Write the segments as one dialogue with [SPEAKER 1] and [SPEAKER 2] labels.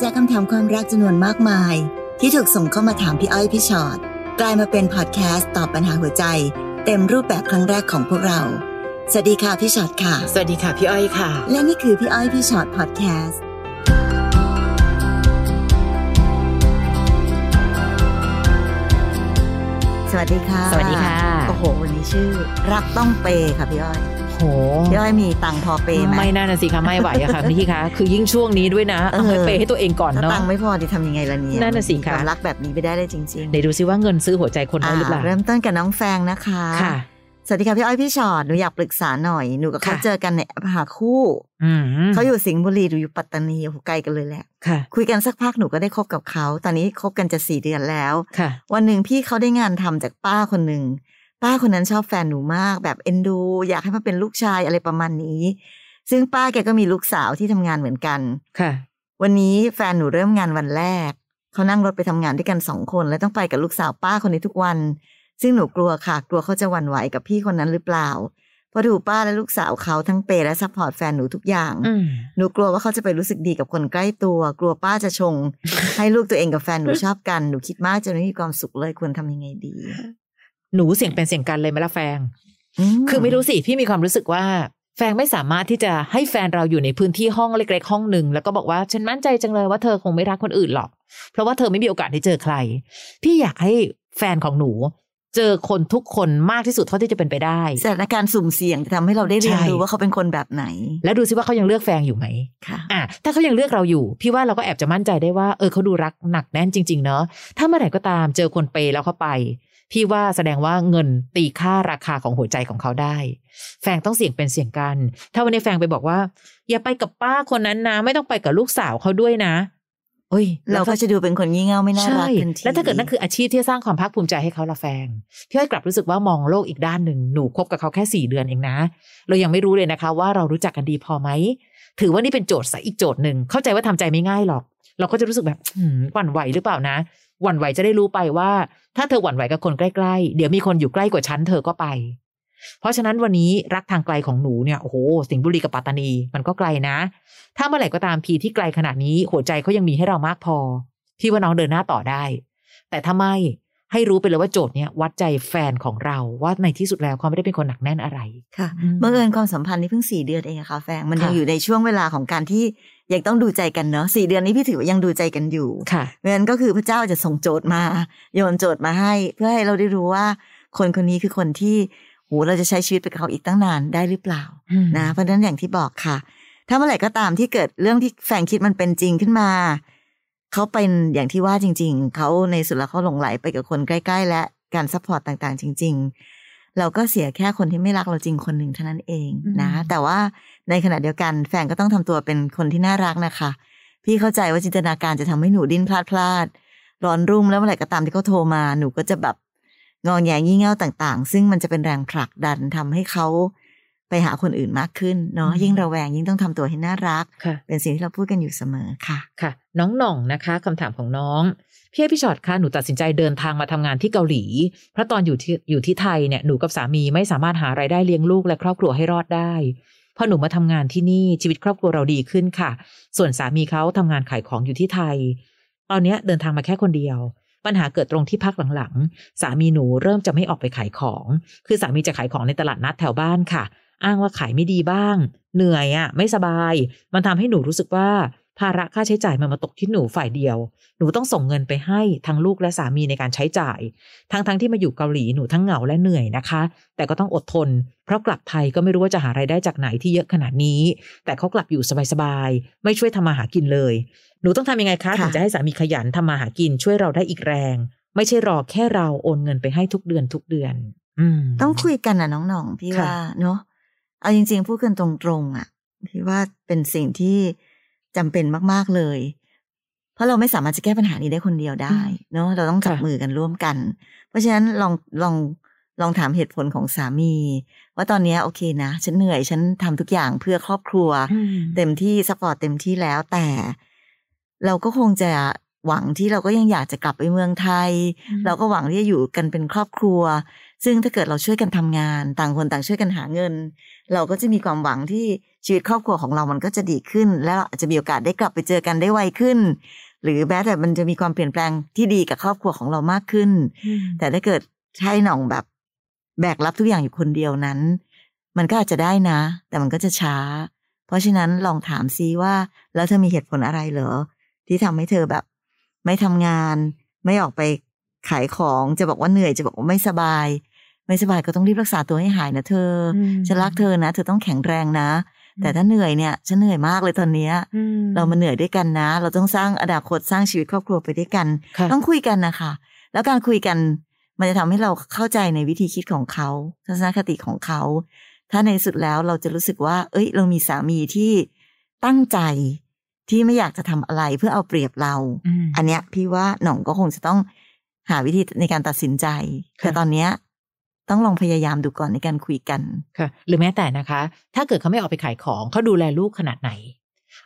[SPEAKER 1] จากคำถามความรักจำนวนมากมาย ที่ถูกส่งเข้ามาถามพี่อ้อยพี่ชอ็อตกลายมาเป็นพอดแคสต์ตอบปัญหาหัวใจ เต็มรูปแบบครั้งแรกของพวกเรา สวัสดีค่ะพี่ชอ็อตค่ะ
[SPEAKER 2] สวัสดีค่ะพี่อ้อยค่ะ
[SPEAKER 1] และนี่คือพี่อ้อยพี่ชอ็อตพอดแคสต์สวัสดีค่ะ
[SPEAKER 2] สวัสดีค่ะ
[SPEAKER 1] โอ้โหวันนี้ชื่อ รักต้องเปย์ค่ะพี่อ้อย
[SPEAKER 2] โห
[SPEAKER 1] พี่อ้อยมีตังค์พอเปย์ไหม
[SPEAKER 2] ไม่น่านะสิคะไม่ไหวอะค่ะ พี่คะคือยิ่งช่วงนี้ด้วยนะ
[SPEAKER 1] เออ
[SPEAKER 2] เอาไปเปย์ให้ตัวเองก่อน
[SPEAKER 1] ถ้า
[SPEAKER 2] เนาะ
[SPEAKER 1] ตังค์ไม่พอจะทำยังไงล่ะเนี่ย
[SPEAKER 2] นั่นน่ะสิ
[SPEAKER 1] ค
[SPEAKER 2] คะ
[SPEAKER 1] วามรักแบบนี้ไม่ได้เลยจริงๆ
[SPEAKER 2] เดี๋ยวดูซิว่าเงินซื้อหัวใจคนได้หรือเปล่า
[SPEAKER 1] เริ่มต้นกับน้องแฟงนะคะ
[SPEAKER 2] ค่ะ
[SPEAKER 1] สวัสดีค่ะพี่อ้อยพี่ชอดหนูอยากปรึกษาหน่อย หนูกับเขา
[SPEAKER 2] ค่ะ
[SPEAKER 1] เจอกันในแอปหาคู่
[SPEAKER 2] อืม
[SPEAKER 1] เขาอยู่สิงห์บุรีหนูอยู่ปัตตานีโอ้โหไกลกันเลยแหละ
[SPEAKER 2] ค่ะ
[SPEAKER 1] คุยกันสักพักหนูก็ได้คบกับเขา ตอนนี้คบกันจะสี่เดือนแล้ว
[SPEAKER 2] ค่ะ
[SPEAKER 1] วันหนึ่งพี่เขาได้งานทำจากป้าคนหนึ่ง ป้าคนนั้นชอบแฟนหนูมาก แบบเอ็นดู อยากให้มาเป็นลูกชายอะไรประมาณนี้ ซึ่งป้าแกก็มีลูกสาวที่ทำงานเหมือนกัน
[SPEAKER 2] ค่ะ
[SPEAKER 1] วันนี้แฟนหนูเริ่มงานวันแรก เขานั่งรถไปทำงานด้วยกันสองคน และต้องไปกับลูกสาวป้าคนนี้ทุกวัน ซึ่งหนูกลัวค่ะ กลัวเขาจะหวั่นไหวกับพี่คนนั้นหรือเปล่า เพราะดูป้าและลูกสาวเขาทั้งเปย์และซัพพอร์ตแฟนหนูทุกอย่าง
[SPEAKER 2] อืม
[SPEAKER 1] หนูกลัวว่าเขาจะไปรู้สึกดีกับคนใกล้ตัว กลัวป้าจะชง ให้ลูกตัวเองกับแฟนหนูชอบกัน หนูคิดมากจนไม่มีความสุขเลยควรทำยังไงดี
[SPEAKER 2] หนูเสียงเป็นเสียงกันเลยไหมล่ะแฟง
[SPEAKER 1] ม
[SPEAKER 2] คือไม่รู้สิพี่มีความรู้สึกว่า แฟนไม่สามารถที่จะให้แฟนเราอยู่ในพื้นที่ห้องเล็กๆห้องหนึ่งแล้วก็บอกว่าฉันมั่นใจจังเลยว่าเธอคงไม่รักคนอื่นหรอก เพราะว่าเธอไม่มีโอกาสได้เจอใคร พี่อยากให้แฟนของหนู เจอคนทุกคนมากที่สุดเท่าที่จะเป็นไปได้
[SPEAKER 1] สถานการณ์สุ่มเสี่ยงจะทำให้เราได้เรียน
[SPEAKER 2] ใช่
[SPEAKER 1] รู้ว่าเขาเป็นคนแบบไหน
[SPEAKER 2] แล้วดูซิว่าเขายังเลือกแฟนอยู่ไหม
[SPEAKER 1] ค่ะ
[SPEAKER 2] อ่ะถ้าเขายังเลือกเราอยู่ พี่ว่าเราก็แอบจะมั่นใจได้ว่า เออเขาดูรักหนักแน่นจริง ๆ เนอะถ้าเมื่อไหร่ก็ตามเจอคนเปย์แล้วเขาไป พี่ว่าแสดงว่าเงินตีค่าราคาของหัวใจของเขาได้ แฟนต้องเสี่ยงเป็นเสี่ยงกัน ถ้าวันนี้แฟนไปบอกว่า อย่าไปกับป้าคนนั้นนะ ไม่ต้องไปกับลูกสาวเขาด้วยนะเอ้ย
[SPEAKER 1] เราก็จะดูเป็นคนงี่เง่าไม่น่ารั
[SPEAKER 2] ใช่
[SPEAKER 1] กกันที
[SPEAKER 2] แล้วถ้าเกิดนั่นคืออาชีพที่จะสร้างความภาคภูมิใจให้เขาละแฟนพี่ให้อยกลับรู้สึกว่ามองโลกอีกด้านหนึ่งหนูคบกับเขาแค่สี่เดือนเองนะ เรายังไม่รู้เลยนะคะ ว่าเรารู้จักกันดีพอไหม ถือว่านี่เป็นโจทย์สายอีกโจทย์หนึ่งเข้าใจว่าทำใจไม่ง่ายหรอก เราก็จะรู้สึกแบบหืมหวั่นไหวหรือเปล่านะ หวั่นไหวจะได้รู้ไปว่า ถ้าเธอหวั่นไหวกับคนใกล้ๆ เดี๋ยวมีคนอยู่ใกล้กว่าฉันเธอก็ไป เพราะฉะนั้นวันนี้รักทางไกลของหนูเนี่ยโอ้โหสิงห์บุรีกับปัตตานีมันก็ไกลนะ ถ้าเมื่อไหร่ก็ตามทีที่ไกลขนาดนี้หัวใจเขายังมีให้เรามากพอ พี่ว่าน้องเดินหน้าต่อได้ แต่ถ้าไม่ให้รู้ไปเลยว่าโจทย์เนี่ยวัดใจแฟนของเราว่าในที่สุดแล้วเขาไม่ได้เป็นคนหนักแน่นอะไร
[SPEAKER 1] ค่ะ
[SPEAKER 2] อืม
[SPEAKER 1] บังเอิญความสัมพันธ์นี่เพิ่งสี่เดือนเองอะค่ะแฟงมันยัง
[SPEAKER 2] ค่ะ
[SPEAKER 1] อยู่ในช่วงเวลาของการที่ยังต้องดูใจกันเนาะสี่เดือนนี้พี่ถือว่ายังดูใจกันอยู่
[SPEAKER 2] ค่ะ
[SPEAKER 1] เพราะฉะนั้นก็คือพระเจ้าจะส่งโจทย์มา โยนโจทย์มาให้ เพื่อให้เราได้รู้ว่า คนคนนี้คือคนที่โหเราจะใช้ชีวิตไปกับเขาอีกตั้งนานได้หรือเปล่านะเพราะฉะนั้นอย่างที่บอกค่ะ ถ้าเมื่อไหร่ก็ตามที่เกิดเรื่องที่แฟนคิดมันเป็นจริงขึ้นมา เขาเป็นอย่างที่ว่าจริง ๆ เขาในสุดแล้วเขาหลงไหลไปกับคนใกล้ๆและการซัพพอร์ตต่างๆ จริง ๆ เราก็เสียแค่คนที่ไม่รักเราจริงคนหนึ่งเท่านั้นเองนะ
[SPEAKER 2] อืม
[SPEAKER 1] แต่ว่าในขณะเดียวกันแฟนก็ต้องทำตัวเป็นคนที่น่ารักนะคะ พี่เข้าใจว่าจินตนาการจะทำให้หนูดิ้นพลาดพลาดๆร้อนรุ่มแล้วเมื่อไหร่ก็ตามที่เขาโทรมาหนูก็จะแบบงองแงงี่เง่าต่างๆ ซึ่งมันจะเป็นแรงผลักดันทำให้เขาไปหาคนอื่นมากขึ้นเนาะ
[SPEAKER 2] อืม
[SPEAKER 1] ยิ่งระแวงยิ่งต้องทำตัวให้น่ารัก
[SPEAKER 2] ค่ะ
[SPEAKER 1] เป็นสิ่งที่เราพูดกันอยู่เสมอค่ะ
[SPEAKER 2] ค่ะ น้องหน่องนะคะคำถามของน้องพี่ให้พี่ชอตคะหนูตัดสินใจเดินทางมาทำงานที่เกาหลี เพราะตอนอยู่ที่อยู่ที่ไทยเนี่ยหนูกับสามีไม่สามารถหารายได้เลี้ยงลูกและครอบครัวให้รอดได้พอหนูมาทำงานที่นี่ชีวิตครอบครัวเราดีขึ้นค่ะ ส่วนสามีเขาทำงานขายของอยู่ที่ไทย ตอนเนี้ยเดินทางมาแค่คนเดียว ปัญหาเกิดตรงที่พักหลังๆ สามีหนูเริ่มจะไม่ออกไปขายของ คือสามีจะขายของในตลาดนัดแถวบ้านค่ะ อ้างว่าขายไม่ดีบ้าง เหนื่อยอะ่ะ ไม่สบาย มันทำให้หนูรู้สึกว่า ภาระค่าใช้จ่ายมันมาตกที่หนูฝ่ายเดียว หนูต้องส่งเงินไปให้ทั้งลูกและสามีในการใช้จ่าย ทั้งๆทที่มาอยู่เกาหลีหนูทั้งเหงาและเหนื่อยนะคะ แต่ก็ต้องอดทน เพราะกลับไทยก็ไม่รู้ว่าจะหารายได้จากไหนที่เยอะขนาดนี้ แต่เขากลับอยู่สบายๆไม่ช่วยทำมาหากินเลย หนูต้องทำยังไงคะ
[SPEAKER 1] ค่ะ
[SPEAKER 2] ถึงจะให้สามีขยันทำมาหากินช่วยเราได้อีกแรง ไม่ใช่รอแค่เราโอนเงินไปให้ทุกเดือนทุกเดือน อืม
[SPEAKER 1] ต้องคุยกันนะน้องหน่องพี่
[SPEAKER 2] ค่ะ
[SPEAKER 1] ว่าเนาะเอาจริง ๆ พูดกันตรงๆอ่ะพี่ว่าเป็นสิ่งที่จำเป็นมากๆเลย เพราะเราไม่สามารถจะแก้ปัญหานี้ได้คนเดียวได้ เนาะเราต้องจับ
[SPEAKER 2] ค่ะ
[SPEAKER 1] มือกันร่วมกัน เพราะฉะนั้นลองลองลองถามเหตุผลของสามี ว่าตอนเนี้ยโอเคนะฉันเหนื่อยฉันทำทุกอย่างเพื่อครอบครัว
[SPEAKER 2] อืม
[SPEAKER 1] เต็มที่สปอร์ตเต็มที่แล้วแต่ เราก็คงจะหวังที่เราก็ยังอยากจะกลับไปเมืองไทย
[SPEAKER 2] อืม
[SPEAKER 1] เราก็หวังที่จะอยู่กันเป็นครอบครัว ซึ่งถ้าเกิดเราช่วยกันทำงาน ต่างคนต่างช่วยกันหาเงิน เราก็จะมีความหวังที่ ชีวิตครอบครัวของเรามันก็จะดีขึ้น แล้วเราอาจจะมีโอกาสได้กลับไปเจอกันได้ไวขึ้น หรือแม้แต่มันจะมีความเปลี่ยนแปลงที่ดีกับครอบครัวของเรามากขึ้น แต่ถ้าเกิดให้หน่องแบบแบกรับทุกอย่างอยู่คนเดียวนั้น มันก็อาจจะได้นะ แต่มันก็จะช้า เพราะฉะนั้นลองถามซิว่า แล้วเธอมีเหตุผลอะไรเหรอ ที่ทำให้เธอแบบ ไม่ทำงาน ไม่ออกไปขายของจะบอกว่าเหนื่อยจะบอกว่าไม่สบาย ไม่สบายก็ต้องรีบรักษาตัวให้หายนะเธออฉันรักเธอนะ เธอต้องแข็งแรงนะ แต่ถ้าเหนื่อยเนี่ยฉันเหนื่อยมากเลยตอนเนี้ย เรามาเหนื่อยด้วยกันนะ เราต้องสร้างอนาคตสร้างชีวิตครอบครัวไปด้วยกัน
[SPEAKER 2] ค่ะ
[SPEAKER 1] ต้องคุยกันนะคะ แล้วการคุยกันมันจะทำให้เราเข้าใจในวิธีคิดของเขาทัศนคติของเขา ถ้าในสุดแล้วเราจะรู้สึกว่า เอ้ย เรามีสามีที่ตั้งใจที่ไม่อยากจะทำอะไรเพื่อเอาเปรียบเรา
[SPEAKER 2] ม
[SPEAKER 1] อันเนี้ยพี่ว่าหน่องก็คงจะต้องหาวิธีในการตัดสินใจ
[SPEAKER 2] ค่ะ
[SPEAKER 1] แต่ตอนเนี้ยต้องลองพยายามดูก่อนในการคุยกัน
[SPEAKER 2] ค่ะหรือแม้แต่นะคะ ถ้าเกิดเขาไม่ออกไปขายของเขาดูแลลูกขนาดไหน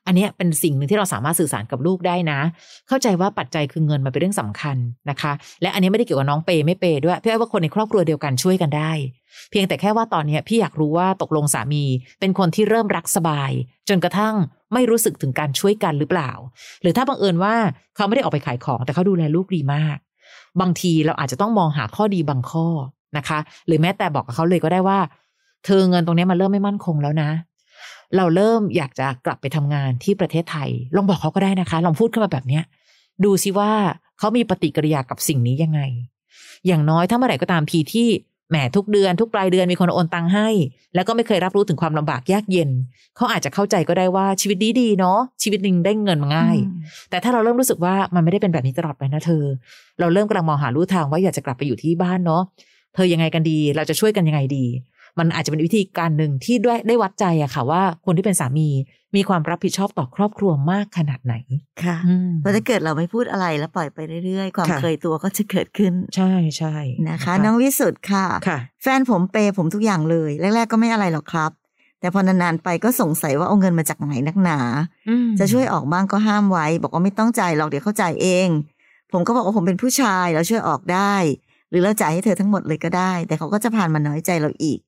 [SPEAKER 2] อันเนี้ยเป็นสิ่งหนึ่งที่เราสามารถสื่อสารกับลูกได้นะ เข้าใจว่าปัจจัยคือเงินมันเป็นเรื่องสำคัญนะคะ และอันนี้ไม่ได้เกี่ยวกับน้องเปย์ไม่เปย์ด้วยพี่อ้อยว่าคนในครอบครัวเดียวกันช่วยกันได้ เพียงแต่แค่ว่าตอนเนี้ยพี่อยากรู้ว่าตกลงสามี เป็นคนที่เริ่มรักสบาย จนกระทั่งไม่รู้สึกถึงการช่วยกันหรือเปล่า หรือถ้าบังเอิญว่าเขาไม่ได้ออกไปขายของแต่เขาดูแลลูกดีมาก บางทีเราอาจจะต้องมองหาข้อดีบางข้อนะคะ หรือแม้แต่บอกกับเขาเลยก็ได้ว่า เธอเงินตรงเนี้ยมันเริ่มไม่มั่นคงแล้วนะ เราเริ่มอยากจะกลับไปทำงานที่ประเทศไทย ลองบอกเขาก็ได้นะคะ ลองพูดขึ้นมาแบบเนี้ย ดูสิว่าเขามีปฏิกิริยากับสิ่งนี้ยังไง อย่างน้อยถ้าเมื่อไหร่ก็ตามทีที่แหมทุกเดือนทุกปลายเดือนมีคนโอนตังให้ แล้วก็ไม่เคยรับรู้ถึงความลำบากยากเย็น เขาอาจจะเข้าใจก็ได้ว่าชีวิตดีดีๆเนาะชีวิตหนึ่งได้เงินมาง่าย แต่ถ้าเราเริ่มรู้สึกว่ามันไม่ได้เป็นแบบนี้ตลอดไปนะเธอ เราเริ่มกำลังมองหาลู่ทางว่าอยากจะกลับไปอยู่ที่บ้านเนาะ เธอยังไงกันดี เราจะช่วยกันยังไงดี มันอาจจะเป็นวิธีการหนึ่งที่ด้วยได้วัดใจอะค่ะว่าคนที่เป็นสามีมีความรับผิดชอบต่อครอบครัวมากขนาดไหน
[SPEAKER 1] ค่ะ
[SPEAKER 2] อืม
[SPEAKER 1] เพราะถ้าเกิดเราไม่พูดอะไรแล้วปล่อยไปเรื่อยๆ ความ
[SPEAKER 2] ค่ะ
[SPEAKER 1] เคยตัวก็จะเกิดขึ้น
[SPEAKER 2] ใช่ใช่
[SPEAKER 1] นะคะ น้องวิสุทธ์ค่ะ
[SPEAKER 2] ค่ะ
[SPEAKER 1] แฟนผมเปย์ผมทุกอย่างเลย แรก ๆ ก็ไม่อะไรหรอกครับ แต่พอนานๆไปก็สงสัยว่าเอาเงินมาจากไหนนักหนา จะช่วยออกบ้างก็ห้ามไว้ บอกว่าไม่ต้องจ่ายหรอกเดี๋ยวเข้าจ่ายเอง ผมก็บอกว่าผมเป็นผู้ชายเราช่วยออกได้ หรือเราจ่ายให้เธอทั้งหมดเลยก็ได้ แต่เขาก็จะผ่านมาน้อยใจเราอีก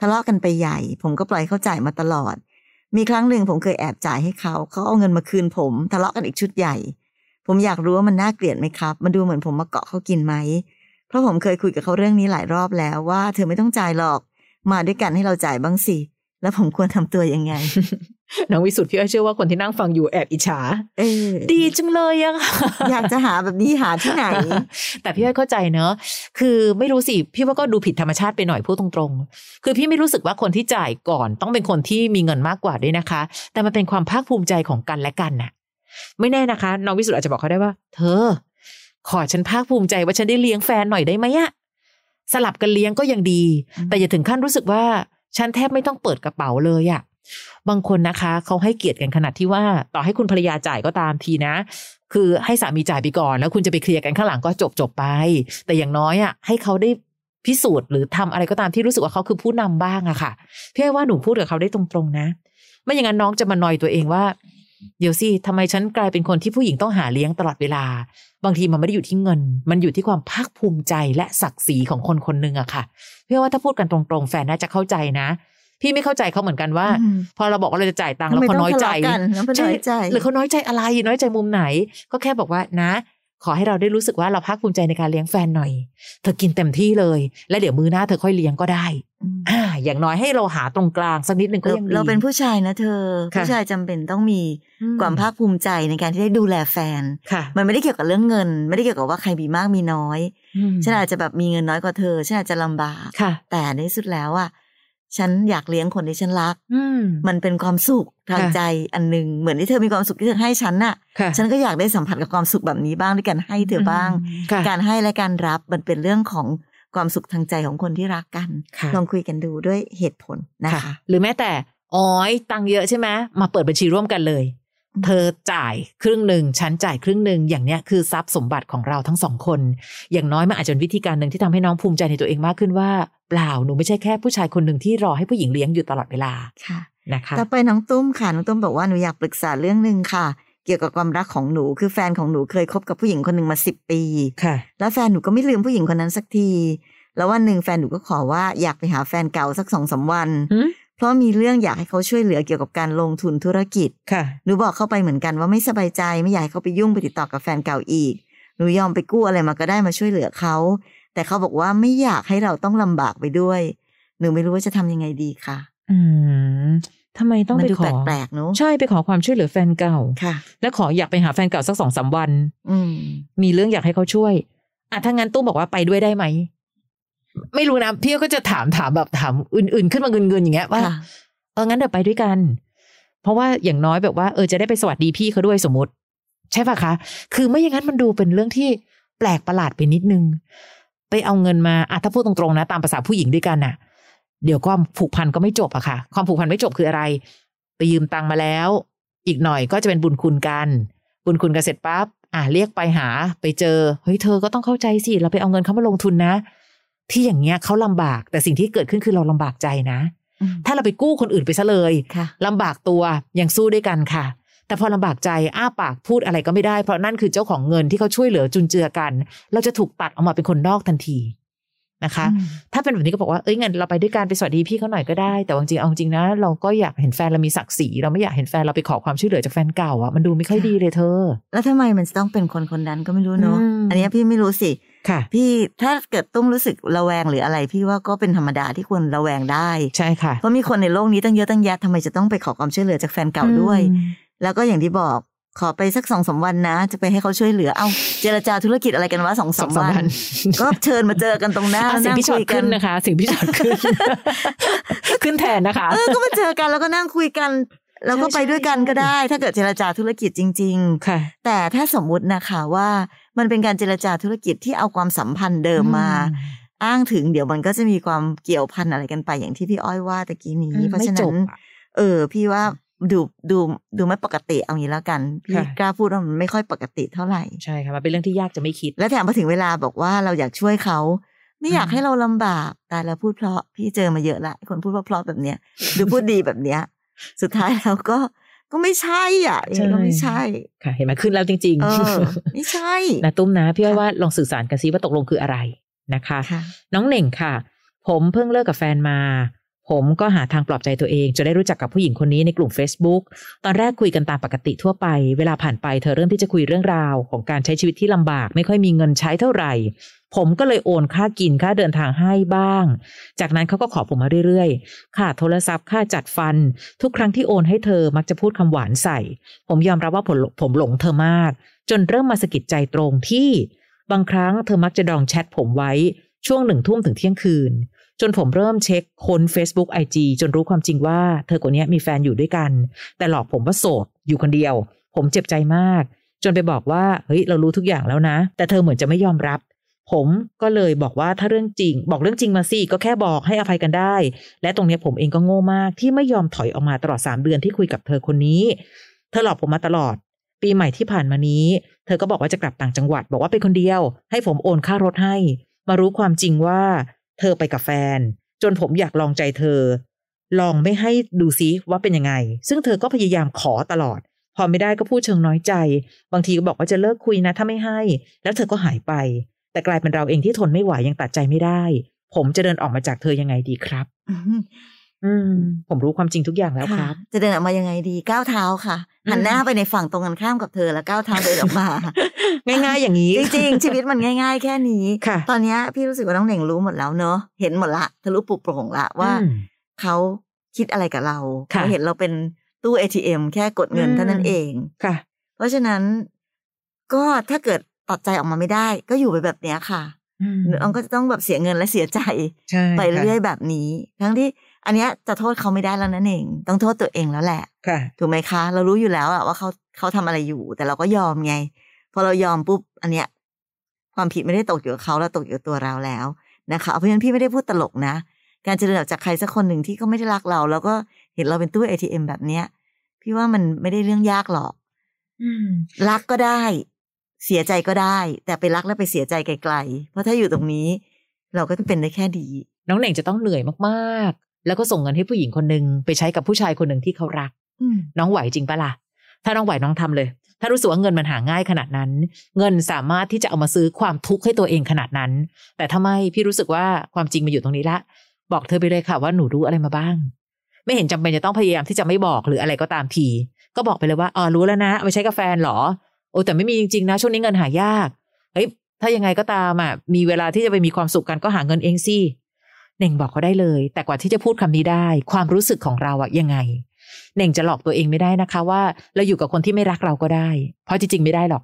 [SPEAKER 1] ทะเลาะกันไปใหญ่ ผมก็ปล่อยให้เขาจ่ายมาตลอด มีครั้งหนึ่งผมเคยแอบจ่ายให้เขา เขาเอาเงินมาคืนผม ทะเลาะกันอีกชุดใหญ่ ผมอยากรู้ว่ามันน่าเกลียดไหมครับ มันดูเหมือนผมมาเกาะเขากินไหม เพราะผมเคยคุยกับเขาเรื่องนี้หลายรอบแล้วว่าเธอไม่ต้องจ่ายหรอก มาด้วยกันให้เราจ่ายบ้างสิ แล้วผมควรทำตัวยังไง
[SPEAKER 2] น้องวิสุทธ์พี่อ้อยเชื่อว่าคนที่นั่งฟังอยู่แอบอิจฉา
[SPEAKER 1] เออ
[SPEAKER 2] ดีจังเลยอะค่ะ
[SPEAKER 1] อยากจะหาแบบนี้หาที่ไหน
[SPEAKER 2] แต่พี่อ้อยเข้าใจเนอะ คือไม่รู้สิ พี่ว่าก็ดูผิดธรรมชาติไปหน่อยพูดตรงๆ คือพี่ไม่รู้สึกว่าคนที่จ่ายก่อน ต้องเป็นคนที่มีเงินมากกว่าด้วยนะคะ แต่มันเป็นความภาคภูมิใจของกันและกันน่ะ ไม่แน่นะคะ น้องวิสุทธ์อาจจะบอกเขาได้ว่า เธอ ขอฉันภาคภูมิใจว่าฉันได้เลี้ยงแฟนหน่อยได้ไหมอะสลับกันเลี้ยงก็ยังดี
[SPEAKER 1] อืม
[SPEAKER 2] แต่อย่าถึงขั้นรู้สึกว่าฉันแทบไม่ต้องเปิดกระเป๋าเลยอะบางคนนะคะเขาให้เกียรติกันขนาดที่ว่า ต่อให้คุณภรรยาจ่ายก็ตามทีนะ คือให้สามีจ่ายไปก่อนแล้วคุณจะไปเคลียร์กันข้างหลังก็จบจบๆไป แต่อย่างน้อยอะ่ะ ให้เขาได้พิสูจน์หรือทำอะไรก็ตามที่รู้สึกว่าเขาคือผู้นำบ้างอะค่ะพี่อ้อยว่าหนูพูดกับเขาได้ตรงๆนะ ไม่อย่างนั้นน้องจะมานอยตัวเองว่า เดี๋ยวสิทำไมฉันกลายเป็นคนที่ผู้หญิงต้องหาเลี้ยงตลอดเวลา บางทีมันไม่ได้อยู่ที่เงิน มันอยู่ที่ความภาคภูมิใจและศักดิ์ศรีของคนคนหนึ่งอะค่ะพี่อ้อยว่าถ้าพูดกันตรงๆ แฟนน่าจะเข้าใจนะ พี่ไม่เข้าใจเขาเหมือนกันว่า
[SPEAKER 1] อืม
[SPEAKER 2] พอเราบอกว่าเราจะจ่ายตังค์
[SPEAKER 1] ทำ
[SPEAKER 2] แล้ว
[SPEAKER 1] ไม
[SPEAKER 2] เขา
[SPEAKER 1] ต้
[SPEAKER 2] น้
[SPEAKER 1] อ
[SPEAKER 2] อง ย
[SPEAKER 1] ทะ
[SPEAKER 2] ใจ
[SPEAKER 1] เลาะกันแล้วมันน้อยใจ
[SPEAKER 2] หรือเขาน้อยใจอะไรน้อยใจมุมไหน ก็แค่บอกว่านะ ขอให้เราได้รู้สึกว่าเราภาคภูมิใจในการเลี้ยงแฟนหน่อย เธอกินเต็มที่เลย แล้วเดี๋ยวมือหน้าเธอค่อยเลี้ยงก็ได้อ่าอย่างน้อยให้เราหาตรงกลางสักนิดหนึ่งก็
[SPEAKER 1] เรา
[SPEAKER 2] ยังดี
[SPEAKER 1] เราเป็นผู้ชายนะเธอ
[SPEAKER 2] ค่ะ
[SPEAKER 1] ผู้ชายจำเป็นต้องมี
[SPEAKER 2] อื
[SPEAKER 1] ความภาคภูมิใจในการที่ได้ดูแลแฟน
[SPEAKER 2] ค่ะ
[SPEAKER 1] มันไม่ได้เกี่ยวกับเรื่องเงิน ไม่ได้เกี่ยวกับว่าใครมีมากมีน้อย
[SPEAKER 2] อืม
[SPEAKER 1] ฉันอาจจะแบบมีเงินน้อยกว่าเธอฉันอาจจะลำบาก
[SPEAKER 2] ค่ะ
[SPEAKER 1] แต่ในที่สุดแล้วอ่ะฉันอยากเลี้ยงคนที่ฉันรัก
[SPEAKER 2] อืม
[SPEAKER 1] มันเป็นความสุขทาง
[SPEAKER 2] ค่ะ
[SPEAKER 1] ใจอันหนึ่งเหมือนที่เธอมีความสุขที่เธอให้ฉันน่ะ
[SPEAKER 2] ค่ะ
[SPEAKER 1] ฉันก็อยากได้สัมผัสกับความสุขแบบนี้บ้างด้วยกันให้เธอบ้าง
[SPEAKER 2] ค่ะ
[SPEAKER 1] การให้และการรับมันเป็นเรื่องของความสุขทางใจของคนที่รักกัน
[SPEAKER 2] ค่ะ
[SPEAKER 1] ลองคุยกันดูด้วยเหตุผลนะ
[SPEAKER 2] ค่ะ
[SPEAKER 1] คะ
[SPEAKER 2] หรือแม้แต่อ้อยตังค์เยอะใช่ไหมมาเปิดบัญชีร่วมกันเลย
[SPEAKER 1] อืม
[SPEAKER 2] เธอจ่ายครึ่งหนึ่งฉันจ่ายครึ่งหนึ่งอย่างเนี้ยคือทรัพย์สมบัติของเราทั้งสองคน อย่างน้อยมันอาจจะเป็นวิธีการหนึ่งที่ทำให้น้องภูมิใจในตัวเองมากขึ้นว่า เปล่าหนูไม่ใช่แค่ผู้ชายคนหนึ่งที่รอให้ผู้หญิงเลี้ยงอยู่ตลอดเวลา
[SPEAKER 1] ค่ะ
[SPEAKER 2] นะคะ
[SPEAKER 1] ต่อไปน้องตุ้มค่ะ น้องตุ้มบอกว่าหนูอยากปรึกษาเรื่องหนึ่งค่ะ เกี่ยวกับความรักของหนู คือแฟนของหนูเคยคบกับผู้หญิงคนหนึ่งมาสิบปี
[SPEAKER 2] ค่ะ
[SPEAKER 1] แล้วแฟนหนูก็ไม่ลืมผู้หญิงคนนั้นสักที แล้ววันหนึ่งแฟนหนูก็ขอว่าอยากไปหาแฟนเก่าสักสองสามวัน เพราะมีเรื่องอยากให้เขาช่วยเหลือเกี่ยวกับการลงทุนธุรกิจ
[SPEAKER 2] ค่ะ
[SPEAKER 1] หนูบอกเข้าไปเหมือนกันว่าไม่สบายใจไม่อยากให้เขาไปยุ่งไปติดต่อกับแฟนเก่าอีก หนูยอมไปกู้อะไรมาก็ได้มาช่วยเหลือเขา แต่เขาบอกว่าไม่อยากให้เราต้องลำบากไปด้วย หนูไม่รู้ว่าจะทำยังไงดีค่ะ
[SPEAKER 2] อืมทำไมต้อง
[SPEAKER 1] มั
[SPEAKER 2] ไป
[SPEAKER 1] ดู
[SPEAKER 2] ขอ
[SPEAKER 1] แปลกๆเนาะ
[SPEAKER 2] ใช่ไปขอความช่วยเหลือแฟนเก่า
[SPEAKER 1] ค่ะ
[SPEAKER 2] และขออยากไปหาแฟนเก่าสักสองสามวัน
[SPEAKER 1] อืม
[SPEAKER 2] มีเรื่องอยากให้เขาช่วยอ่ะถ้างั้นตู้บอกว่าไปด้วยได้ไหม ไม่รู้นะพี่ก็จะถามถามแบบถามอื่น ๆ ขึ้นมาเงินๆอย่างเงี้ยว่า
[SPEAKER 1] ค่ะ
[SPEAKER 2] เอองั้นเดี๋ยวไปด้วยกัน เพราะว่าอย่างน้อยแบบว่าเออจะได้ไปสวัสดีพี่เขาด้วยสมมติ ใช่ปะคะ คือไม่อย่างนั้นมันดูเป็นเรื่องที่แปลกประหลาดไปนิดนึง ไปเอาเงินมาอ่ะถ้าพูดตรงๆนะ ตามภาษาผู้หญิงด้วยกันน่ะ เดี๋ยวความผูกพันก็ไม่จบอะค่ะ ความผูกพันไม่จบคืออะไร ไปยืมตังค์มาแล้ว อีกหน่อยก็จะเป็นบุญคุณกัน บุญคุณกันเสร็จปั๊บอ่ะเรียกไปหา ไปเจอเฮ้ยเธอก็ต้องเข้าใจสิเราไปเอาเงินเขามาลงทุนนะ ที่อย่างเงี้ยเขาลำบาก แต่สิ่งที่เกิดขึ้นคือเราลำบากใจนะ
[SPEAKER 1] อืม
[SPEAKER 2] ถ้าเราไปกู้คนอื่นไปซะเลย
[SPEAKER 1] ค่ะ
[SPEAKER 2] ลำบากตัวยังสู้ด้วยกันค่ะ แต่พอลำบากใจอ้าปากพูดอะไรก็ไม่ได้ เพราะนั่นคือเจ้าของเงินที่เขาช่วยเหลือจุนเจือกัน เราจะถูกตัดออกมาเป็นคนนอกทันทีนะคะ
[SPEAKER 1] อืม
[SPEAKER 2] ถ้าเป็นแบบนี้ก็บอกว่าเอ้ยงั้นเราไปด้วยกันไปสวัสดีพี่เขาหน่อยก็ได้ แต่ว่าจริงๆเอาจริงนะเราก็อยากเห็นแฟนเรามีศักดิ์ศรีเราไม่อยากเห็นแฟนเราไปขอความช่วยเหลือจากแฟนเก่าอ่ะมันดูไม่ค่อยดีเลยเธอ
[SPEAKER 1] แล้วทำไมมันจะต้องเป็นคนคนนั้นก็ไม่รู้เนาะ
[SPEAKER 2] อืม
[SPEAKER 1] อันเนี้ยพี่ไม่รู้สิ
[SPEAKER 2] ค่ะ
[SPEAKER 1] พี่ถ้าเกิดตุ้มรู้สึกระแวงหรืออะไร พี่ว่าก็เป็นธรรมดาที่ควรระแวงได้
[SPEAKER 2] ใช่ค่ะ
[SPEAKER 1] เพราะมีคนในโลกนี้ตั้งเยอะตั้งแยะทำไมจะต้องไปขอความช่วยเหลือจากแฟนเก่าด้วย
[SPEAKER 2] อืม
[SPEAKER 1] แล้วก็อย่างที่บอกขอไปสักสองสามวันนะ จะไปให้เขาช่วยเหลือเอาเจรจาธุรกิจอะไรกันวะสอง
[SPEAKER 2] ส
[SPEAKER 1] สา
[SPEAKER 2] อ
[SPEAKER 1] ม
[SPEAKER 2] งสาม
[SPEAKER 1] วั
[SPEAKER 2] วัน
[SPEAKER 1] น ก็เชิญมาเจอกันตรงหน้า
[SPEAKER 2] อ่ะเสียง
[SPEAKER 1] นั่ง
[SPEAKER 2] พี่ชอ
[SPEAKER 1] คุ
[SPEAKER 2] ต
[SPEAKER 1] ยกั
[SPEAKER 2] ขึ้
[SPEAKER 1] น
[SPEAKER 2] นนะคะ เสียงพี่ชอตขึ้น ขึ้นแทนนะคะ
[SPEAKER 1] เออก็มาเจอกันแล้วก็นั่งคุยกัน แล้วก็ไปด้วยกันก็ได้ ถ้าเกิดเจรจาธุรกิจจริง ๆ
[SPEAKER 2] ค่ะ
[SPEAKER 1] แต่ถ้าสมมุตินะคะว่ามันเป็นการเจรจาธุรกิจที่เอาความสัมพันธ์เดิมมา อ้างถึงเดี๋ยวมันก็จะมีความเกี่ยวพันอะไรกันไปอย่างที่พี่อ้อยว่าตะกี้นี้
[SPEAKER 2] อืม
[SPEAKER 1] เพราะฉะ
[SPEAKER 2] ไม่จ
[SPEAKER 1] นั้
[SPEAKER 2] บ
[SPEAKER 1] น
[SPEAKER 2] อะ
[SPEAKER 1] เออ พี่ว่าดูดูดูไม่ปกติเอางี้แล้วกัน พี่
[SPEAKER 2] ค่ะ
[SPEAKER 1] กล้าพูดว่ามันไม่ค่อยปกติเท่าไหร่
[SPEAKER 2] ใช่ค่ะมันเป็นเรื่องที่ยากจะไม่คิด
[SPEAKER 1] และแถมพอถึงเวลาบอกว่าเราอยากช่วยเขา ไม่อยาก
[SPEAKER 2] อืม
[SPEAKER 1] ให้เราลำบากแต่เราพูดเพราะพี่เจอมาเยอะละไอ้คนพูดว่าเพราะแบบเนี้ยหรือพูดดีแบบเนี้ย สุดท้ายแล้วก็ก็ไม่ใช่อ่ะยังไงก็ไม่ใช่
[SPEAKER 2] ค่ะ เห็นไหมขึ้นแล้วจริง
[SPEAKER 1] เอ อ
[SPEAKER 2] ๆ
[SPEAKER 1] ไม่ใช่
[SPEAKER 2] นะตุ้มนะพี่อ้อยว่าลองสื่อสารกันซิว่าตกลงคืออะไรนะคะ
[SPEAKER 1] ค่ะ
[SPEAKER 2] น้องเหน่งค่ะ ผมเพิ่งเลิกกับแฟนมา ผมก็หาทางปลอบใจตัวเองจะได้รู้จักกับผู้หญิงคนนี้ในกลุ่ม Facebook ตอนแรกคุยกันตามปกติทั่วไป เวลาผ่านไปเธอเริ่มที่จะคุยเรื่องราว ของการใช้ชีวิตที่ลำบาก ไม่ค่อยมีเงินใช้เท่าไหร่ ผมก็เลยโอนค่ากินค่าเดินทางให้บ้าง จากนั้นเขาก็ขอผมมาเรื่อยๆ ค่าโทรศัพท์ค่าจัดฟัน ทุกครั้งที่โอนให้เธอมักจะพูดคำหวานใส่ ผมยอมรับว่าผมผมหลงเธอมาก จนเริ่มมาสะกิดใจตรงที่ บางครั้งเธอมักจะดองแชทผมไว้ช่วงหนึ่งทุ่มถึงเที่ยงคืน จนผมเริ่มเช็คค้น Facebook IG จนรู้ความจริงว่าเธอคนนี้มีแฟนอยู่ด้วยกัน แต่หลอกผมว่าโสดอยู่คนเดียว ผมเจ็บใจมาก จนไปบอกว่าเฮ้ยเรารู้ทุกอย่างแล้วนะ แต่เธอเหมือนจะไม่ยอมรับ ผมก็เลยบอกว่าถ้าเรื่องจริง บอกเรื่องจริงมาสิก็แค่บอกให้อภัยกันได้ และตรงเนี้ยผมเองก็โง่มากที่ไม่ยอมถอยออกมาตลอด 3 เดือนที่คุยกับเธอคนนี้ เธอหลอกผมมาตลอด ปีใหม่ที่ผ่านมานี้ เธอก็บอกว่าจะกลับต่างจังหวัด บอกว่าไปคนเดียว ให้ผมโอนค่ารถให้ มารู้ความจริงว่า เธอไปกับแฟน จนผมอยากลองใจเธอ ลองไม่ให้ดูซิว่าเป็นยังไง ซึ่งเธอก็พยายามขอตลอด พอไม่ได้ก็พูดเชิงน้อยใจ บางทีก็บอกว่าจะเลิกคุยนะ ถ้าไม่ให้ แล้วเธอก็หายไป แต่กลายเป็นเราเองที่ทนไม่ไหวยังตัดใจไม่ได้ ผมจะเดินออกมาจากเธอยังไงดีครับ อืม ผมรู้ความจริงทุกอย่างแล้วค
[SPEAKER 1] ค่ะ
[SPEAKER 2] รับ
[SPEAKER 1] จะเดินออกมายังไงดีก้าวเท้าค่ะ
[SPEAKER 2] อืม
[SPEAKER 1] หันหน้าไปในฝั่งตรงกันข้ามกับเธอแล้วก้าวเท้าเดินอ อกมา
[SPEAKER 2] ง่ายๆอย่างนี้
[SPEAKER 1] จริงๆชีวิตมันง่าย ๆ แค่นี้
[SPEAKER 2] ค่ะ
[SPEAKER 1] ตอนเนี้ยพี่รู้สึกว่าน้องเหน่งรู้หมดแล้วเนอะเห็นหมดละทะลุปลุกโปร่งละว่า
[SPEAKER 2] อืม
[SPEAKER 1] เขาคิดอะไรกับเรา
[SPEAKER 2] ค่ะ
[SPEAKER 1] เขาเห็นเราเป็นตู้ ATM แค่กดเงิน
[SPEAKER 2] อืม
[SPEAKER 1] เท่านั้นเอง
[SPEAKER 2] ค่ะ
[SPEAKER 1] เพราะฉะนั้น ก็ถ้าเกิดตัดใจออกมาไม่ได้ ก็อยู่ไปแบบเนี้ยค่ะ
[SPEAKER 2] อืม
[SPEAKER 1] น้องก็จะต้องแบบเสียเงินและเสียใจ
[SPEAKER 2] ใช่
[SPEAKER 1] ไป
[SPEAKER 2] ค่ะ
[SPEAKER 1] เรื่อยๆแบบนี้ ทั้งที่อันเนี้ยจะโทษเขาไม่ได้แล้วนั่นเอง ต้องโทษตัวเองแล้วแหละ
[SPEAKER 2] ค่ะ
[SPEAKER 1] ถูกไหมคะ เรารู้อยู่แล้วอะว่าเขาเขาทำอะไรอยู่ แต่เราก็ยอมไง พอเรายอมปุ๊บ อันเนี้ย ความผิดไม่ได้ตกอยู่กับเขาเราตกอยู่กับตัวเราแล้วนะคะ เพราะฉะนั้นพี่ไม่ได้พูดตลกนะ การจะเดินออกจากใครสักคนหนึ่งที่เขาไม่ได้รักเรา แล้วก็เห็นเราเป็นตู้ ATM แบบเนี้ย พี่ว่ามันไม่ได้เรื่องยากหรอก
[SPEAKER 2] อืม
[SPEAKER 1] รักก็ได้ เสียใจก็ได้ แต่ไปรักแล้วไปเสียใจไกลๆ เพราะถ้าอยู่ตรงนี้ เราก็จะเป็นได้แค่ดี
[SPEAKER 2] น้องเหน่งจะต้องเหนื่อยมากๆ แล้วก็ส่งเงินให้ผู้หญิงคนหนึ่งไปใช้กับผู้ชายคนหนึ่งที่เขารัก
[SPEAKER 1] อืม
[SPEAKER 2] น้องไหวจริงปะล่ะ ถ้าน้องไหวน้องทำเลย ถ้ารู้สึกว่าเงินมันหาง่ายขนาดนั้น เงินสามารถที่จะเอามาซื้อความทุกข์ให้ตัวเองขนาดนั้น แต่ถ้าไม่พี่รู้สึกว่าความจริงมาอยู่ตรงนี้ละ บอกเธอไปเลยค่ะว่าหนูรู้อะไรมาบ้าง ไม่เห็นจำเป็นจะต้องพยายามที่จะไม่บอกหรืออะไรก็ตามที ก็บอกไปเลยว่าอ๋อรู้แล้วนะเอาไปใช้กาแฟนเหรอ โอ้แต่ไม่มีจริงๆนะช่วงนี้เงินหายากเฮ้ยถ้ายังไงก็ตามอ่ะมีเวลาที่จะไปมีความสุขกันก็หาเงินเองสิเน่งบอกเขาได้เลย แต่กว่าที่จะพูดคำนี้ได้ ความรู้สึกของเราอะยังไง เน่งจะหลอกตัวเองไม่ได้นะคะว่าเราอยู่กับคนที่ไม่รักเราก็ได้ เพราะจริงๆไม่ได้หรอก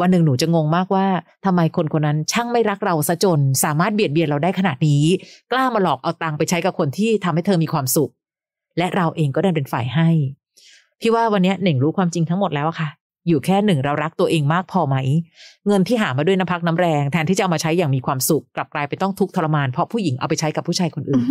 [SPEAKER 2] วันหนึ่งหนูจะงงมากว่าทำไมคนคนนั้นช่างไม่รักเราซะจน สามารถเบียดเบียนเราได้ขนาดนี้ กล้ามาหลอกเอาตังค์ไปใช้กับคนที่ทำให้เธอมีความสุข และเราเองก็ดันเป็นฝ่ายให้ พี่ว่าวันเนี้ยเน่งรู้ความจริงทั้งหมดแล้วอะค่ะ อยู่แค่หนึ่งเรารักตัวเองมากพอไหม เงินที่หามาด้วยน้ำพักน้ำแรงแทนที่จะเอามาใช้อย่างมีความสุขกลับกลายเป็นต้องทุกข์ทรมานเพราะผู้หญิงเอาไปใช้กับผู้ชายคนอื่น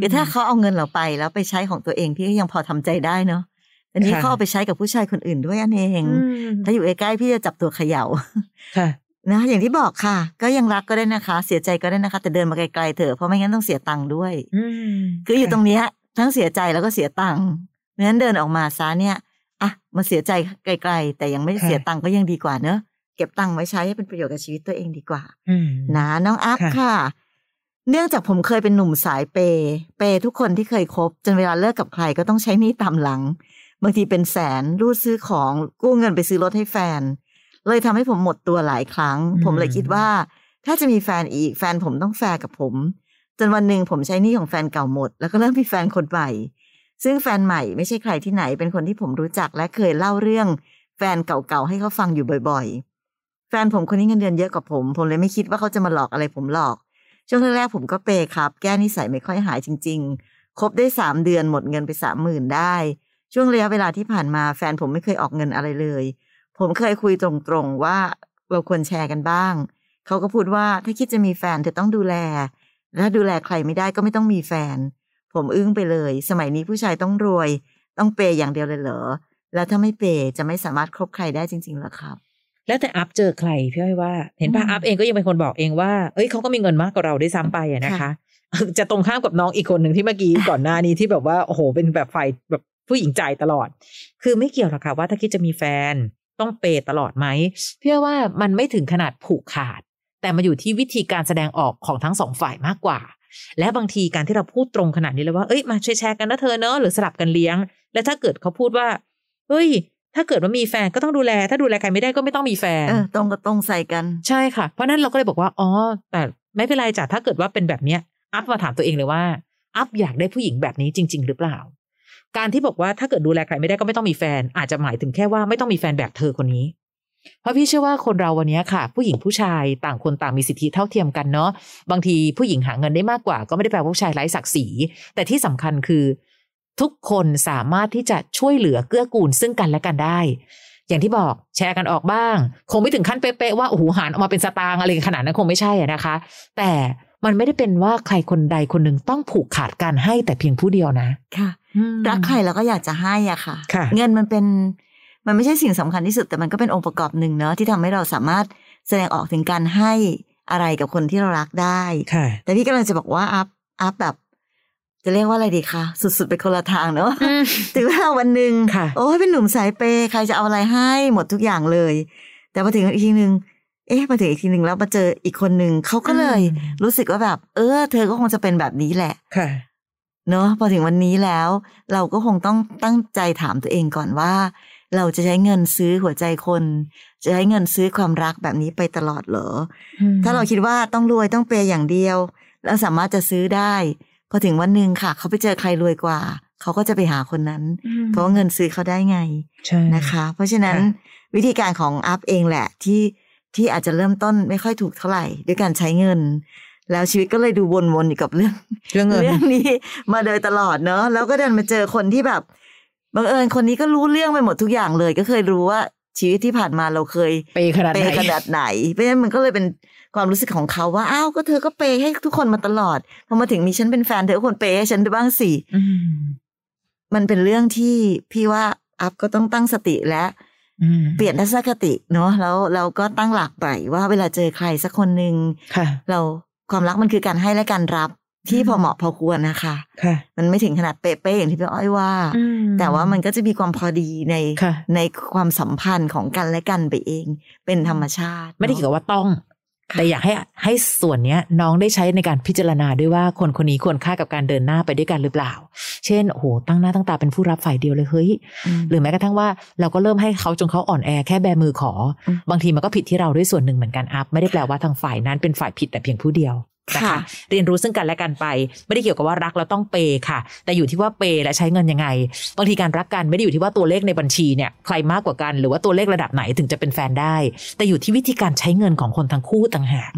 [SPEAKER 1] คือถ้าเขาเอาเงินเราไปแล้วไปใช้ของตัวเองพี่ก็ยังพอทำใจได้เนาะแต่นี้
[SPEAKER 2] ค่ะ
[SPEAKER 1] เขาเอาไปใช้กับผู้ชายคนอื่นด้วยอันเอง
[SPEAKER 2] อืม
[SPEAKER 1] ถ้าอยู่ใกล้ๆพี่จะจับตัวเขย่า
[SPEAKER 2] ค่ะ
[SPEAKER 1] นะอย่างที่บอกค่ะ ก็ยังรักก็ได้นะคะ เสียใจก็ได้นะคะ แต่เดินมาไกลๆเถอะเพราะไม่งั้นต้องเสียตังค์ด้วย
[SPEAKER 2] อืม
[SPEAKER 1] คืออยู่ตรงเนี้ยทั้งเสียใจแล้วก็เสียตังค์เพราะฉะนั้นเดินออกมาซะเนี่ยอ่ะมาเสียใจไกลๆ แต่ยังไม่เสียตังค์ก็ยังดีกว่าเนอะเก็บตังค์ไว้ใช้ให้เป็นประโยชน์กับชีวิตตัวเองดีกว่า
[SPEAKER 2] อืม
[SPEAKER 1] นะน้องอัพ
[SPEAKER 2] ค่ะ
[SPEAKER 1] ค่ะ เนื่องจากผมเคยเป็นหนุ่มสายเปย์เปย์ทุกคนที่เคยคบ จนเวลาเลิกกับใครก็ต้องใช้หนี้ตามหลัง บางทีเป็นแสนรูดซื้อของกู้เงินไปซื้อรถให้แฟน เลยทำให้ผมหมดตัวหลายครั้ง ผมเลยคิดว่า ถ้าจะมีแฟนอีกแฟนผมต้องแฟร์กับผม จนวันหนึ่งผมใช้หนี้ของแฟนเก่าหมด แล้วก็เริ่มมีแฟนคนใหม่ ซึ่งแฟนใหม่ไม่ใช่ใครที่ไหนเป็นคนที่ผมรู้จักและเคยเล่าเรื่อง แฟนเก่าๆให้เขาฟังอยู่บ่อยๆ แฟนผมคนนี้เงินเดือนเยอะกว่าผม ผมเลยไม่คิดว่าเขาจะมาหลอกอะไรผมหรอก ช่วงแรกๆผมก็เปย์ครับ แก้นิสัยไม่ค่อยหายจริง ๆ คบได้สามเดือนหมดเงินไปสามหมื่นได้ ช่วงระยะเวลาที่ผ่านมาแฟนผมไม่เคยออกเงินอะไรเลย ผมเคยคุยตรงๆว่าเราควรแชร์กันบ้าง เขาก็พูดว่าถ้าคิดจะมีแฟนเธอต้องดูแล และดูแลใครไม่ได้ก็ไม่ต้องมีแฟน ผมอึ้งไปเลย สมัยนี้ผู้ชายต้องรวย ต้องเปย์อย่างเดียวเลยเหรอ แล้วถ้าไม่เปย์จะไม่สามารถคบใครได้จริงๆเหรอครับ
[SPEAKER 2] แล้วแต่อัพเจอใครพี่อ้อยว่า เห็นป่ะ
[SPEAKER 1] อืม
[SPEAKER 2] อัพเองก็ยังเป็นคนบอกเองว่า เอ้ยเขาก็มีเงินมากกว่าเราด้วยซ้ำไปอะนะคะ
[SPEAKER 1] ค่ะ
[SPEAKER 2] จะ ตรงข้ามกับน้องอีกคนหนึ่งที่เมื่อกี้ก่อนหน้านี้ที่แบบว่าโอ้โหเป็นแบบฝ่ายแบบผู้หญิงจ่ายตลอด คือไม่เกี่ยวหรอกค่ะว่าถ้าคิดจะมีแฟนต้องเปย์ตลอดไหมพี่อ้อยว่ามันไม่ถึงขนาดผูกขาด แต่มาอยู่ที่วิธีการแสดงออกของทั้งสองฝ่ายมากกว่า และบางทีการที่เราพูดตรงขนาดนี้เลยว่าเอ้ยมาช่วยแชร์กันนะเธอเนอะหรือสลับกันเลี้ยง และถ้าเกิดเขาพูดว่าเฮ้ย ถ้าเกิดว่ามีแฟนก็ต้องดูแล ถ้าดูแลใครไม่ได้ก็ไม่ต้องมีแฟน
[SPEAKER 1] เออตรงก็ตรงใส่กัน
[SPEAKER 2] ใช่ค่ะ เพราะนั้นเราก็เลยบอกว่า อ๋อ แต่ไม่เป็นไรจ้ะ ถ้าเกิดว่าเป็นแบบเนี้ย อัพมาถามตัวเองเลยว่า อัพอยากได้ผู้หญิงแบบนี้จริง ๆ หรือเปล่า การที่บอกว่าถ้าเกิดดูแลใครไม่ได้ก็ไม่ต้องมีแฟน อาจจะหมายถึงแค่ว่าไม่ต้องมีแฟนแบบเธอคนนี้ เพราะพี่เชื่อว่าคนเราวันเนี้ยค่ะ ผู้หญิงผู้ชายต่างคนต่างมีสิทธิเท่าเทียมกันเนาะ บางทีผู้หญิงหาเงินได้มากกว่า ก็ไม่ได้แปลว่าผู้ชายไร้ศักดิ์ศรี แต่ที่สำคัญคือ ทุกคนสามารถที่จะช่วยเหลือเกื้อกูลซึ่งกันและกันได้ อย่างที่บอกแชร์กันออกบ้าง คงไม่ถึงขั้นเป๊ะๆว่าโอ้โหหารออกมาเป็นสตางค์อะไรขนาดนั้นคงไม่ใช่อะนะคะ แต่มันไม่ได้เป็นว่าใครคนใดคนหนึ่งต้องผูกขาดการให้แต่เพียงผู้เดียวนะ
[SPEAKER 1] ค่ะ
[SPEAKER 2] อืม
[SPEAKER 1] รักใครเราก็อยากจะให้อ่ะค่ะ
[SPEAKER 2] ค่ะ
[SPEAKER 1] เงินมันเป็นมันไม่ใช่สิ่งสำคัญที่สุดแต่มันก็เป็นองค์ประกอบหนึ่งเนอะที่ทำให้เราสามารถแสดงออกถึงการให้อะไรกับคนที่เรารักได้
[SPEAKER 2] ค่ะ
[SPEAKER 1] แต่พี่กำลังจะบอกว่าอัพอัพแบบ จะเรียกว่าอะไรดีคะสุดๆไปคนละทางเนอะ ถึงเวลาวันหนึ่ง
[SPEAKER 2] ค่ะ
[SPEAKER 1] โอ้ยเป็นหนุ่มสายเปย์ใครจะเอาอะไรให้หมดทุกอย่างเลย แต่พอถึงอีกทีหนึ่งเอ๊ะมาถึงอีกทีหนึ่งแล้วมาเจออีกคนหนึ่งเขาก็เลย รู้สึกว่าแบบ เออ เธอก็คงจะเป็นแบบนี้แหละ
[SPEAKER 2] ค่ะ
[SPEAKER 1] เนอะพอถึงวันนี้แล้ว เราก็คงต้องตั้งใจถามตัวเองก่อนว่า เราจะใช้เงินซื้อหัวใจคน จะใช้เงินซื้อความรักแบบนี้ไปตลอดเหรอ ถ้าเราคิดว่าต้องรวยต้องเปย์อย่างเดียว แล้วสามารถจะซื้อได้ พอถึงวันหนึ่งค่ะ เขาไปเจอใครรวยกว่า เขาก็จะไปหาคนนั้น เพราะว่าเงินซื้อเขาได้ไง
[SPEAKER 2] ใช่
[SPEAKER 1] นะคะ เพราะฉะนั้น
[SPEAKER 2] ค่ะ
[SPEAKER 1] วิธีการของอัพเองแหละที่ที่อาจจะเริ่มต้นไม่ค่อยถูกเท่าไหร่ด้วยการใช้เงิน แล้วชีวิตก็เลยดูวนๆอยู่กับเรื่อง
[SPEAKER 2] เรื่องเงิน
[SPEAKER 1] เรื่องนี้มาโดยตลอดเนอะแล้วก็เดินมาเจอคนที่แบบบังเอิญคนนี้ก็รู้เรื่องไปหมดทุกอย่างเลย ก็เคยรู้ว่าชีวิตที่ผ่านมาเราเคย
[SPEAKER 2] เปย์ขนาด
[SPEAKER 1] เป
[SPEAKER 2] ไหน
[SPEAKER 1] ย์ขนาดไหน เพราะฉะนั้นมันก็เลยเป็นความรู้สึกของเขาว่าอ้าวก็เธอก็เปย์ให้ทุกคนมาตลอดพอมาถึงมีฉันเป็นแฟนเธอก็ควรเปย์ให้ฉันด้วยบ้างสิ
[SPEAKER 2] อืม
[SPEAKER 1] มันเป็นเรื่องที่พี่ว่าอัพก็ต้องตั้งสติและ
[SPEAKER 2] อืม
[SPEAKER 1] เปลี่ยนทัศนคติเนาะแล้วเราก็ตั้งหลักไปว่าเวลาเจอใครสักคนหนึ่ง
[SPEAKER 2] ค่ะ
[SPEAKER 1] เราความรักมันคือการให้และการรับที่พอเหมาะพอควรนะคะ
[SPEAKER 2] ค่ะ
[SPEAKER 1] มันไม่ถึงขนาดเป๊ะๆอย่างที่พี่อ้อยว่า
[SPEAKER 2] อืม
[SPEAKER 1] แต่ว่ามันก็จะมีความพอดีใน
[SPEAKER 2] ค่ะ
[SPEAKER 1] ในความสัมพันธ์ของกันและกันไปเอง เป็นธรรมชาติ
[SPEAKER 2] ไม่ได้เกี่ยวกับว่าต้อง
[SPEAKER 1] ค่ะ
[SPEAKER 2] แต่อยากให้ให้ส่วนเนี้ยน้องได้ใช้ในการพิจารณาด้วยว่าคนคนนี้ควรค่ากับการเดินหน้าไปด้วยกันหรือเปล่า เช่นโอ้โหตั้งหน้าตั้งตาเป็นผู้รับฝ่ายเดียวเลยเฮ้ย หรือแม้กระทั่งว่าเราก็เริ่มให้เขาจนเขาอ่อนแอแค่แบมือขออ
[SPEAKER 1] ม
[SPEAKER 2] บางทีมันก็ผิดที่เราด้วยส่วนหนึ่งเหมือนกันอัพไม่ได้แปลว่าทางฝ่ายนั้นเป็นฝ่ายผิดแต่เพียงผู้เดียวนะ
[SPEAKER 1] ค่ะ
[SPEAKER 2] คะ เรียนรู้ซึ่งกันและกันไป ไม่ได้เกี่ยวกับว่ารักแล้วต้องเปย์ค่ะ แต่อยู่ที่ว่าเปย์และใช้เงินยังไงบางทีการรักกันไม่ได้อยู่ที่ว่าตัวเลขในบัญชีเนี่ยใครมากกว่ากัน หรือว่าตัวเลขระดับไหนถึงจะเป็นแฟนได้ แต่อยู่ที่วิธีการใช้เงินของคนทั้งคู่ต่างหาก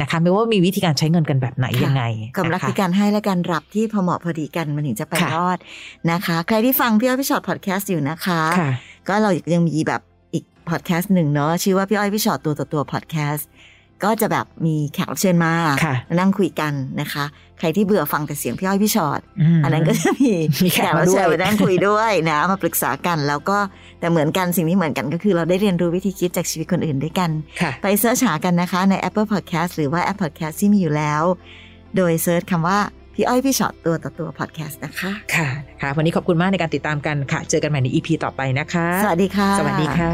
[SPEAKER 2] นะคะ ไม่ว่ามีวิธีการใช้เงินกันแบบไหน
[SPEAKER 1] ค่ะ
[SPEAKER 2] ยังไง
[SPEAKER 1] ความรัก
[SPEAKER 2] นะคะ
[SPEAKER 1] ที่การให้และการรับที่พอเหมาะพอดีกันมันถึงจะไป
[SPEAKER 2] ค่ะ
[SPEAKER 1] รอดนะคะ ใครที่ฟังพี่อ้อยพี่ชอตพอดแคสต์อยู่นะคะ
[SPEAKER 2] ค่ะ
[SPEAKER 1] ก็เรายังมีแบบอีกพอดแคสต์หนึ่งเนาะชื่อว่าพี่อ้อยพี่ชอตตัวต่อตัวพอดแคสต์ก็จะแบบมีแขกรับเชิญมา
[SPEAKER 2] ค่ะ
[SPEAKER 1] นั่งคุยกันนะคะ ใครที่เบื่อฟังแต่เสียงพี่อ้อยพี่ชอต
[SPEAKER 2] ม
[SPEAKER 1] อันนั้นก็จะมี
[SPEAKER 2] มีแขกมาด้
[SPEAKER 1] รับ
[SPEAKER 2] วย
[SPEAKER 1] เชิญมานั่งคุยด้วยนะมาปรึกษากันแล้วก็แต่เหมือนกันสิ่งที่เหมือนกันก็คือเราได้เรียนรู้วิธีคิดจากชีวิตคนอื่นด้วยกัน
[SPEAKER 2] ค่ะ
[SPEAKER 1] ไปเสิร์ชหากันนะคะใน Apple Podcast หรือว่า App Podcast ที่มีอยู่แล้ว โดยเสิร์ชคำว่า พี่อ้อยพี่ชอตตัวต่อตัว podcast นะคะ
[SPEAKER 2] ค่ะนะคะวันนี้ขอบคุณมากในการติดตามกันค่ะ เจอกันใหม่ใน EP ต่อไปนะคะ
[SPEAKER 1] สวัสดีค่ะ
[SPEAKER 2] สวัสดีค่ะ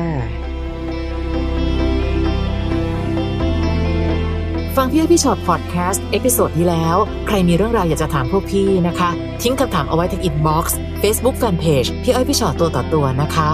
[SPEAKER 2] ฟังพี่อ้อยพี่ชอตพอดแคสต์เอพิโซดที่แล้ว ใครมีเรื่องราวอยากจะถามพวกพี่นะคะ ทิ้งคำถามเอาไว้ที่อินบ็อกซ์เฟซบุ๊กแฟนเพจพี่อ้อยพี่ชอตตัวต่อตัวนะคะ